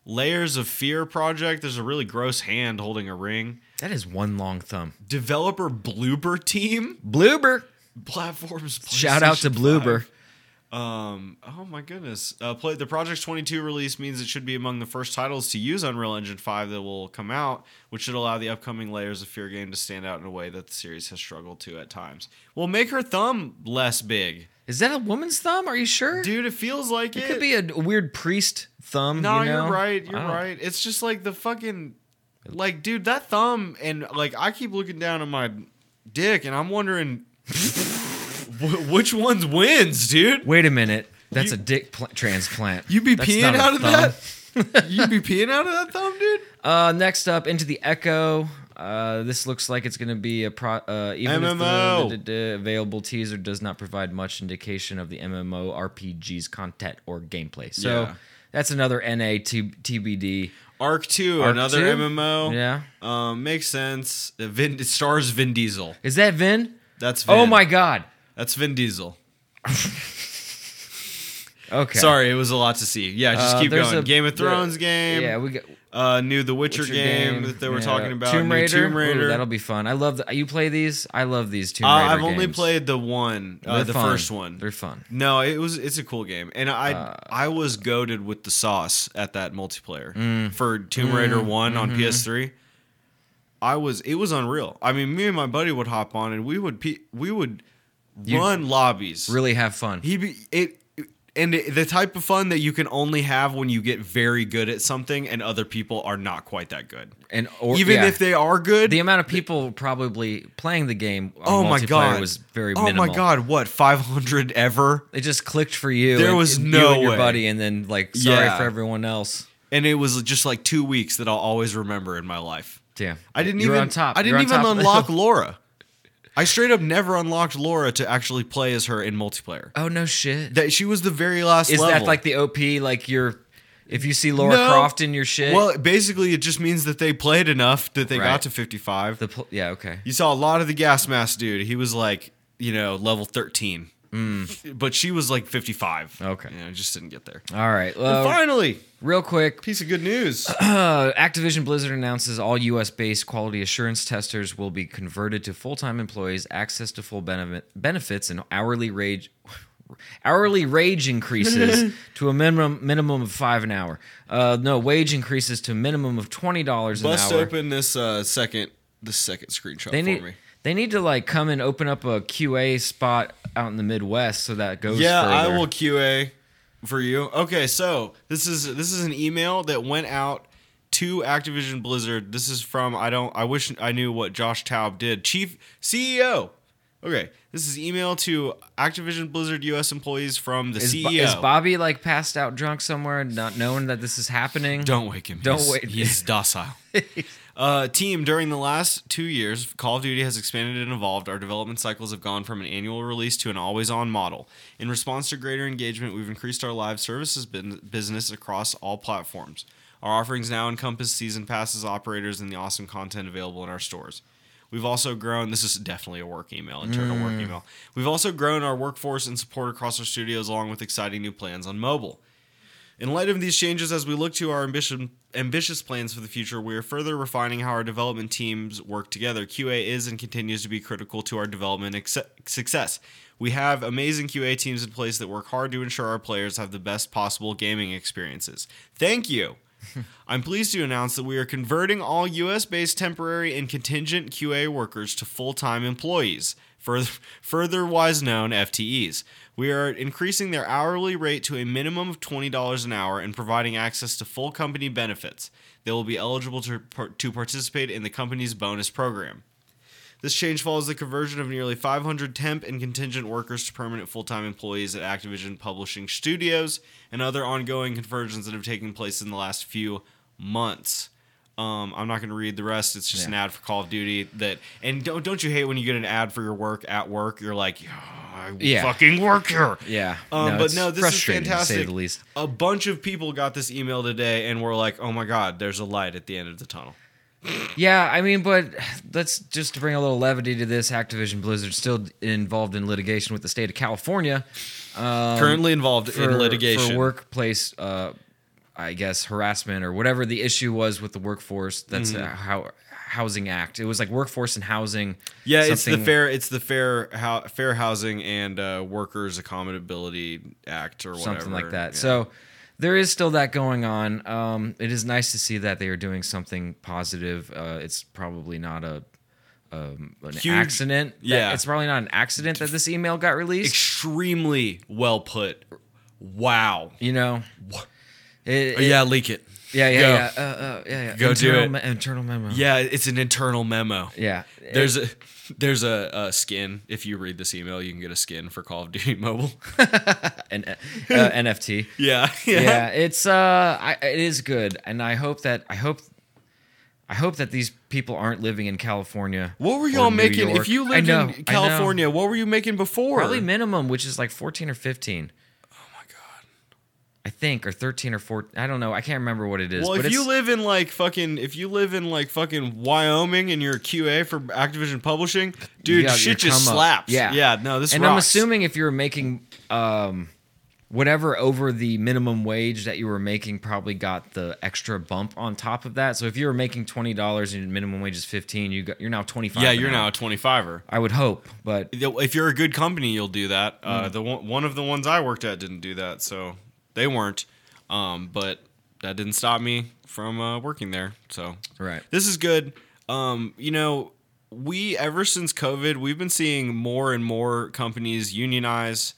[SPEAKER 1] Layers of Fear project. There's a really gross hand holding a ring.
[SPEAKER 2] That is one long thumb.
[SPEAKER 1] Developer Bloober team (laughs)
[SPEAKER 2] Bloober.
[SPEAKER 1] platforms.
[SPEAKER 2] Shout out to
[SPEAKER 1] PlayStation
[SPEAKER 2] Bloober.
[SPEAKER 1] 5. Um, oh my goodness. Uh, play, the Project 22 release means it should be among the first titles to use Unreal Engine 5 that will come out, which should allow the upcoming Layers of Fear game to stand out in a way that the series has struggled to at times. Well, make her thumb less big.
[SPEAKER 2] Is that a woman's thumb? Are you sure?
[SPEAKER 1] Dude, it feels like it.
[SPEAKER 2] it could be a d- weird priest thumb.
[SPEAKER 1] No,
[SPEAKER 2] you
[SPEAKER 1] you
[SPEAKER 2] know? Oh.
[SPEAKER 1] are right. You're
[SPEAKER 2] I don't-
[SPEAKER 1] right. It's just like the fucking. Like, dude, that thumb, and like, I keep looking down at my dick, and I'm wondering (laughs) wh- which one's wins, dude.
[SPEAKER 2] Wait a minute. That's
[SPEAKER 1] You-
[SPEAKER 2] a dick pl- transplant.
[SPEAKER 1] You be
[SPEAKER 2] That's
[SPEAKER 1] peeing
[SPEAKER 2] not a
[SPEAKER 1] out of
[SPEAKER 2] thumb.
[SPEAKER 1] that? (laughs) you be peeing out of that thumb, dude?
[SPEAKER 2] Uh, next up, Into the Echo. Uh, this looks like it's going to be a pro. Uh, even
[SPEAKER 1] MMO.
[SPEAKER 2] if the d- d- d- available teaser does not provide much indication of the MMO RPG's content or gameplay, so
[SPEAKER 1] Yeah.
[SPEAKER 2] that's another NA T- TBD.
[SPEAKER 1] Arc 2,
[SPEAKER 2] Arc
[SPEAKER 1] another
[SPEAKER 2] 2?
[SPEAKER 1] MMO.
[SPEAKER 2] Yeah,
[SPEAKER 1] Um, makes sense. Uh, Vin, it stars Vin Diesel.
[SPEAKER 2] is that Vin?
[SPEAKER 1] That's Vin.
[SPEAKER 2] Oh my God.
[SPEAKER 1] That's Vin Diesel.
[SPEAKER 2] Okay.
[SPEAKER 1] Sorry, it was a lot to see. Yeah, just
[SPEAKER 2] Uh,
[SPEAKER 1] keep
[SPEAKER 2] there's
[SPEAKER 1] going.
[SPEAKER 2] a-
[SPEAKER 1] Game of
[SPEAKER 2] there-
[SPEAKER 1] Thrones game.
[SPEAKER 2] Yeah, we got
[SPEAKER 1] uh, new The Witcher,
[SPEAKER 2] Witcher
[SPEAKER 1] game, that they were
[SPEAKER 2] yeah,
[SPEAKER 1] talking about.
[SPEAKER 2] Tomb
[SPEAKER 1] new
[SPEAKER 2] Raider.
[SPEAKER 1] Tomb
[SPEAKER 2] Ooh,
[SPEAKER 1] Raider.
[SPEAKER 2] that'll be fun. I love. The, you play these? I love these Tomb
[SPEAKER 1] uh,
[SPEAKER 2] Raider
[SPEAKER 1] I've only
[SPEAKER 2] games.
[SPEAKER 1] played the one, uh,
[SPEAKER 2] They're
[SPEAKER 1] the
[SPEAKER 2] fun.
[SPEAKER 1] first one.
[SPEAKER 2] They're fun.
[SPEAKER 1] No, it was it's a cool game, and I
[SPEAKER 2] Uh,
[SPEAKER 1] I was goaded with the sauce at that multiplayer
[SPEAKER 2] Mm.
[SPEAKER 1] for Tomb Raider
[SPEAKER 2] Mm-hmm.
[SPEAKER 1] One on PS3. I was it was unreal. I mean, me and my buddy would hop on and we would pe- we would
[SPEAKER 2] You'd
[SPEAKER 1] run lobbies.
[SPEAKER 2] Really have fun.
[SPEAKER 1] He be, it and it- the type of fun that you can only have when you get very good at something and other people are not quite that good.
[SPEAKER 2] and or,
[SPEAKER 1] Even
[SPEAKER 2] yeah.
[SPEAKER 1] if they are good,
[SPEAKER 2] the amount of people probably playing the game. on
[SPEAKER 1] oh my
[SPEAKER 2] multiplayer
[SPEAKER 1] god,
[SPEAKER 2] was very.
[SPEAKER 1] oh
[SPEAKER 2] minimal.
[SPEAKER 1] my god, what five hundred ever?
[SPEAKER 2] It just clicked for you.
[SPEAKER 1] There
[SPEAKER 2] and-
[SPEAKER 1] was
[SPEAKER 2] and you
[SPEAKER 1] no
[SPEAKER 2] and your
[SPEAKER 1] way.
[SPEAKER 2] buddy, and then like sorry
[SPEAKER 1] Yeah.
[SPEAKER 2] for everyone else.
[SPEAKER 1] and it was just like two weeks that I'll always remember in my life.
[SPEAKER 2] Damn,
[SPEAKER 1] I didn't
[SPEAKER 2] You were
[SPEAKER 1] even
[SPEAKER 2] on top.
[SPEAKER 1] I
[SPEAKER 2] You were
[SPEAKER 1] didn't
[SPEAKER 2] on
[SPEAKER 1] even
[SPEAKER 2] top of the (laughs)
[SPEAKER 1] unlock
[SPEAKER 2] hill.
[SPEAKER 1] Laura. I straight up never unlocked Laura to actually play as her in multiplayer.
[SPEAKER 2] Oh no, shit.
[SPEAKER 1] That she was the very last
[SPEAKER 2] Is
[SPEAKER 1] level.
[SPEAKER 2] that like the OP? Like your, if you see Laura
[SPEAKER 1] No.
[SPEAKER 2] Croft in your shit.
[SPEAKER 1] Well, basically, it just means that they played enough that they
[SPEAKER 2] Right.
[SPEAKER 1] got to fifty-five.
[SPEAKER 2] the pl- yeah okay.
[SPEAKER 1] you saw a lot of the gas mask dude. He was like, you know, level thirteen, but she was like fifty-five.
[SPEAKER 2] Mm. Okay. Oh.
[SPEAKER 1] you know, just didn't get there.
[SPEAKER 2] All right.
[SPEAKER 1] And
[SPEAKER 2] Well,
[SPEAKER 1] finally,
[SPEAKER 2] real quick,
[SPEAKER 1] piece of good news.
[SPEAKER 2] Uh, Activision Blizzard announces all U.S. based quality assurance testers will be converted to full time employees, access to full benefit, benefits, and hourly rage, hourly rage
[SPEAKER 1] (laughs)
[SPEAKER 2] increases to a minimum minimum of five an hour. Uh, no, wage increases to a minimum of twenty dollars an
[SPEAKER 1] Bust
[SPEAKER 2] hour.
[SPEAKER 1] open this uh, second this second screenshot
[SPEAKER 2] they
[SPEAKER 1] for
[SPEAKER 2] need
[SPEAKER 1] me.
[SPEAKER 2] they need to like come and open up a QA spot out in the Midwest so that goes.
[SPEAKER 1] Yeah, I
[SPEAKER 2] further.
[SPEAKER 1] will QA for you. Okay, so this is this is an email that went out to Activision Blizzard. This is from I don't I wish I knew what Josh Taub did. Chief CEO. Okay, this is email to Activision Blizzard US employees from the E
[SPEAKER 2] Is, Bo-
[SPEAKER 1] CEO.
[SPEAKER 2] is Bobby like passed out drunk somewhere, and not knowing that this is happening?
[SPEAKER 1] Don't wake him.
[SPEAKER 2] Mm-hmm. Don't
[SPEAKER 1] he's,
[SPEAKER 2] wake-
[SPEAKER 1] He's
[SPEAKER 2] (laughs)
[SPEAKER 1] docile. uh, team, during the last two years, Call of Duty has expanded and evolved. Our development cycles have gone from an annual release to an always on model. In response to greater engagement, we've increased our live services bin- business across all platforms. Our offerings now encompass season passes, operators, and the awesome content available in our stores. We've also grown. This is definitely a work email, internal work
[SPEAKER 2] Mm.
[SPEAKER 1] email. We've also grown our workforce and support across our studios, along with exciting new plans on mobile. In light of these changes, as we look to our ambition, ambitious plans for the future, we are further refining how our development teams work together. QA is and continues to be critical to our development ex- success. We have amazing QA teams in place that work hard to ensure our players have the best possible gaming experiences. Thank you. I'm pleased to announce that we are converting all US based temporary and contingent QA workers to full time employees, further, (laughs) furtherwise known FTEs. We are increasing their hourly rate to a minimum of $20 an hour and providing access to full company benefits. They will be eligible to, par- to participate in the company's bonus program. This change follows the conversion of nearly 500 temp and contingent workers to permanent full time employees at Activision Publishing Studios and other ongoing conversions that have taken place in the last few months. Um, I'm not going to read the rest. It's just an ad for Call of Duty that, and don't don't you hate when you get an ad for your work at work? You're like, "Yeah, I
[SPEAKER 2] Yeah.
[SPEAKER 1] fucking work here.
[SPEAKER 2] Yeah.
[SPEAKER 1] Um, but
[SPEAKER 2] it's
[SPEAKER 1] no, this is
[SPEAKER 2] frustrating,
[SPEAKER 1] fantastic.
[SPEAKER 2] To say the least.
[SPEAKER 1] A bunch of people got this email today and were like, "Oh my god, there's a light at the end of the tunnel."
[SPEAKER 2] Yeah, I mean, but let's just to bring a little levity to this. Activision Blizzard still involved in litigation with the state of California
[SPEAKER 1] Currently involved
[SPEAKER 2] Um, for
[SPEAKER 1] in litigation.
[SPEAKER 2] for workplace, uh, I guess harassment or whatever the issue was with the workforce. That's
[SPEAKER 1] Mm-hmm.
[SPEAKER 2] a how housing act. It was like workforce and housing.
[SPEAKER 1] Yeah, it's the
[SPEAKER 2] something-
[SPEAKER 1] fair it's the fair Hou- fair housing and uh, workers accommodability act or whatever.
[SPEAKER 2] something like that.
[SPEAKER 1] Yeah.
[SPEAKER 2] So there is still that going on. Um, it is nice to see that they are doing something positive. Uh, it's probably not a um, an
[SPEAKER 1] Huge-
[SPEAKER 2] accident. that-
[SPEAKER 1] yeah.
[SPEAKER 2] it's probably not an accident that this email got released.
[SPEAKER 1] extremely well put. Wow.
[SPEAKER 2] you know. It, it-
[SPEAKER 1] Oh, yeah, leak it.
[SPEAKER 2] yeah, yeah,
[SPEAKER 1] go.
[SPEAKER 2] yeah, uh, uh, yeah, yeah.
[SPEAKER 1] Go do
[SPEAKER 2] internal
[SPEAKER 1] it.
[SPEAKER 2] me- internal memo.
[SPEAKER 1] Yeah, it's an internal memo.
[SPEAKER 2] yeah.
[SPEAKER 1] There's a there's a, a skin. If you read this email, you can get a skin for Call of Duty (laughs) Mobile.
[SPEAKER 2] an uh,
[SPEAKER 1] (laughs)
[SPEAKER 2] NFT.
[SPEAKER 1] yeah,
[SPEAKER 2] yeah, it's uh, I, it is good, and I hope that I hope, I hope that these people aren't living in California.
[SPEAKER 1] What were
[SPEAKER 2] or
[SPEAKER 1] y'all
[SPEAKER 2] New
[SPEAKER 1] making?
[SPEAKER 2] York.
[SPEAKER 1] If you
[SPEAKER 2] I
[SPEAKER 1] lived
[SPEAKER 2] know, I know.
[SPEAKER 1] in California, what were you making before?
[SPEAKER 2] probably minimum, which is like fourteen or fifteen.
[SPEAKER 1] Oh
[SPEAKER 2] I think, or thirteen or fourteen. I don't know. I can't remember what it is.
[SPEAKER 1] Well,
[SPEAKER 2] but
[SPEAKER 1] if you
[SPEAKER 2] it's-
[SPEAKER 1] live in like fucking, if you live in like fucking Wyoming and you're a QA for Activision Publishing,
[SPEAKER 2] you
[SPEAKER 1] dude,
[SPEAKER 2] got your
[SPEAKER 1] shit just
[SPEAKER 2] come up.
[SPEAKER 1] slaps.
[SPEAKER 2] Yeah,
[SPEAKER 1] yeah. No, this.
[SPEAKER 2] and I'm
[SPEAKER 1] rocks.
[SPEAKER 2] assuming if you were making um, whatever over the minimum wage that you were making, probably got the extra bump on top of that. So if you were making twenty dollars and minimum wage is fifteen, you got, you're now twenty five.
[SPEAKER 1] Yeah, you're now a 25er.
[SPEAKER 2] I would hope, but
[SPEAKER 1] If you're a good company, you'll do that.
[SPEAKER 2] Mm.
[SPEAKER 1] Uh, the one, one of the ones I worked at didn't do that, so they weren't. Um, but that didn't stop me from uh, working there. So
[SPEAKER 2] Right.
[SPEAKER 1] this is good. Um, you know, we ever since COVID, we've been seeing more and more companies unionize,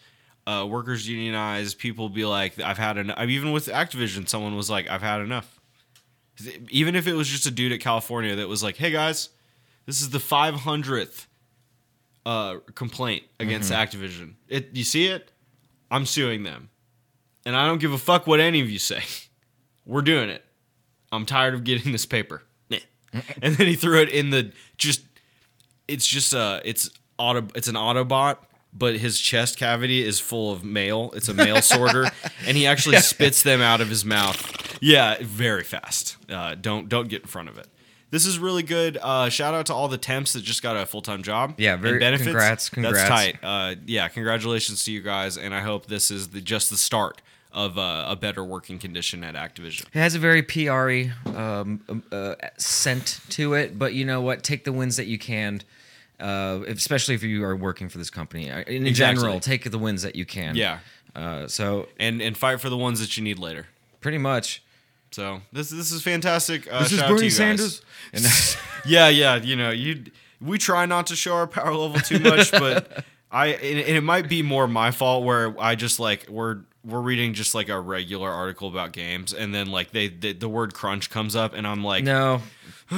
[SPEAKER 1] uh, workers unionize. People be like, "I've had enough." Even with Activision, someone was like, "I've had enough." Even if it was just a dude at California that was like, "Hey guys, this is the 500th uh, complaint against Activision. It you see it? I'm suing them, and I don't give a fuck what any of you say. (laughs) We're doing it. I'm tired of getting this paper. Meh. (laughs) and then he threw it in the just. It's just uh it's auto it's an Autobot, but his chest cavity is full of mail. It's a mail
[SPEAKER 2] (laughs)
[SPEAKER 1] sorter, and he actually spits them out of his mouth. Yeah, very fast. Uh, don't don't get in front of it. This is really good. Uh, shout out to all the temps that just got a full time job.
[SPEAKER 2] Yeah,
[SPEAKER 1] and
[SPEAKER 2] very-
[SPEAKER 1] benefits.
[SPEAKER 2] congrats, congrats.
[SPEAKER 1] That's tight. Uh, yeah, congratulations to you guys, and I hope this is the, just the start of uh, a better working condition at Activision.
[SPEAKER 2] It has a very PRE um, um, uh, scent to it, but you know what? Take the wins that you can. uh, especially if you are working for this company. Uh, In
[SPEAKER 1] Exactly.
[SPEAKER 2] general, take the wins that you can.
[SPEAKER 1] Yeah.
[SPEAKER 2] Uh, so
[SPEAKER 1] and and fight for the ones that you need later.
[SPEAKER 2] pretty much.
[SPEAKER 1] So this this is fantastic. Uh,
[SPEAKER 2] This is
[SPEAKER 1] shout out to
[SPEAKER 2] Bernie
[SPEAKER 1] you guys.
[SPEAKER 2] Sanders. And- uh,
[SPEAKER 1] yeah, yeah. You know, you we try not to show our power level too
[SPEAKER 2] (laughs)
[SPEAKER 1] much, but I and, and it might be more my fault where I just like we're we're reading just like a regular article about games, and then like they, they the word crunch comes up, and I'm like,
[SPEAKER 2] (laughs) no,
[SPEAKER 1] (laughs)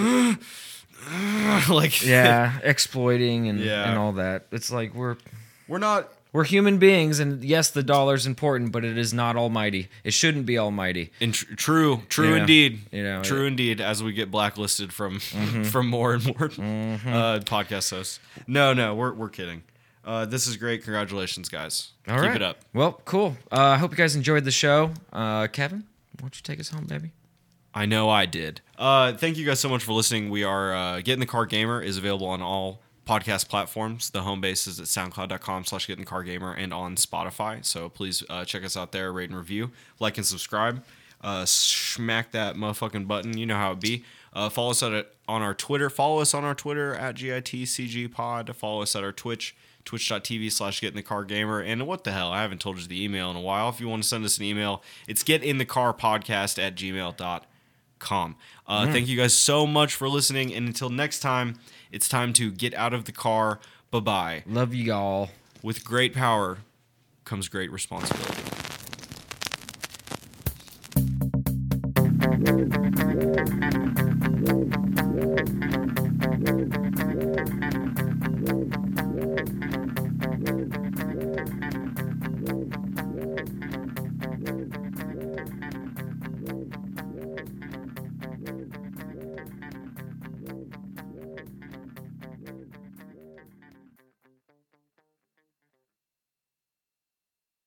[SPEAKER 1] like
[SPEAKER 2] (laughs) yeah, exploiting and
[SPEAKER 1] Yeah.
[SPEAKER 2] and all that. It's like we're
[SPEAKER 1] (laughs) we're not.
[SPEAKER 2] we're human beings, and yes, the dollar's important, but it is not almighty. It shouldn't be almighty.
[SPEAKER 1] In tr- true, true
[SPEAKER 2] Yeah.
[SPEAKER 1] indeed.
[SPEAKER 2] You know, Mm-hmm.
[SPEAKER 1] true indeed. As we get blacklisted from (laughs) from more and more uh, podcast hosts. No, no, we're we're kidding. Uh, this is great. Congratulations, guys.
[SPEAKER 2] All right.
[SPEAKER 1] Keep it up.
[SPEAKER 2] Well, cool. Uh, I hope you guys enjoyed the show. Uh, Kevin, why don't you take us home, baby?
[SPEAKER 1] I know I did. Uh, thank you guys so much for listening. We are uh, Get in the Car Gamer is available on all podcast platforms. The home base is at soundcloud.com slash Get in the Car Gamer and on Spotify. So please uh, check us out there, rate and review, like and subscribe. Uh, smack that motherfucking button. You know how it be. Uh, follow us at, on our Twitter. Follow us on our Twitter at GITCG Pod. Follow us at our Twitch, twitch.tv slash get in the car gamer. And what the hell? I haven't told you the email in a while. If you want to send us an email, it's get in the car podcast at gmail.com com. Uh, Thank you guys so much for listening. And until next time, it's time to get out of the car. Bye bye.
[SPEAKER 2] Love you all.
[SPEAKER 1] With great power comes great responsibility.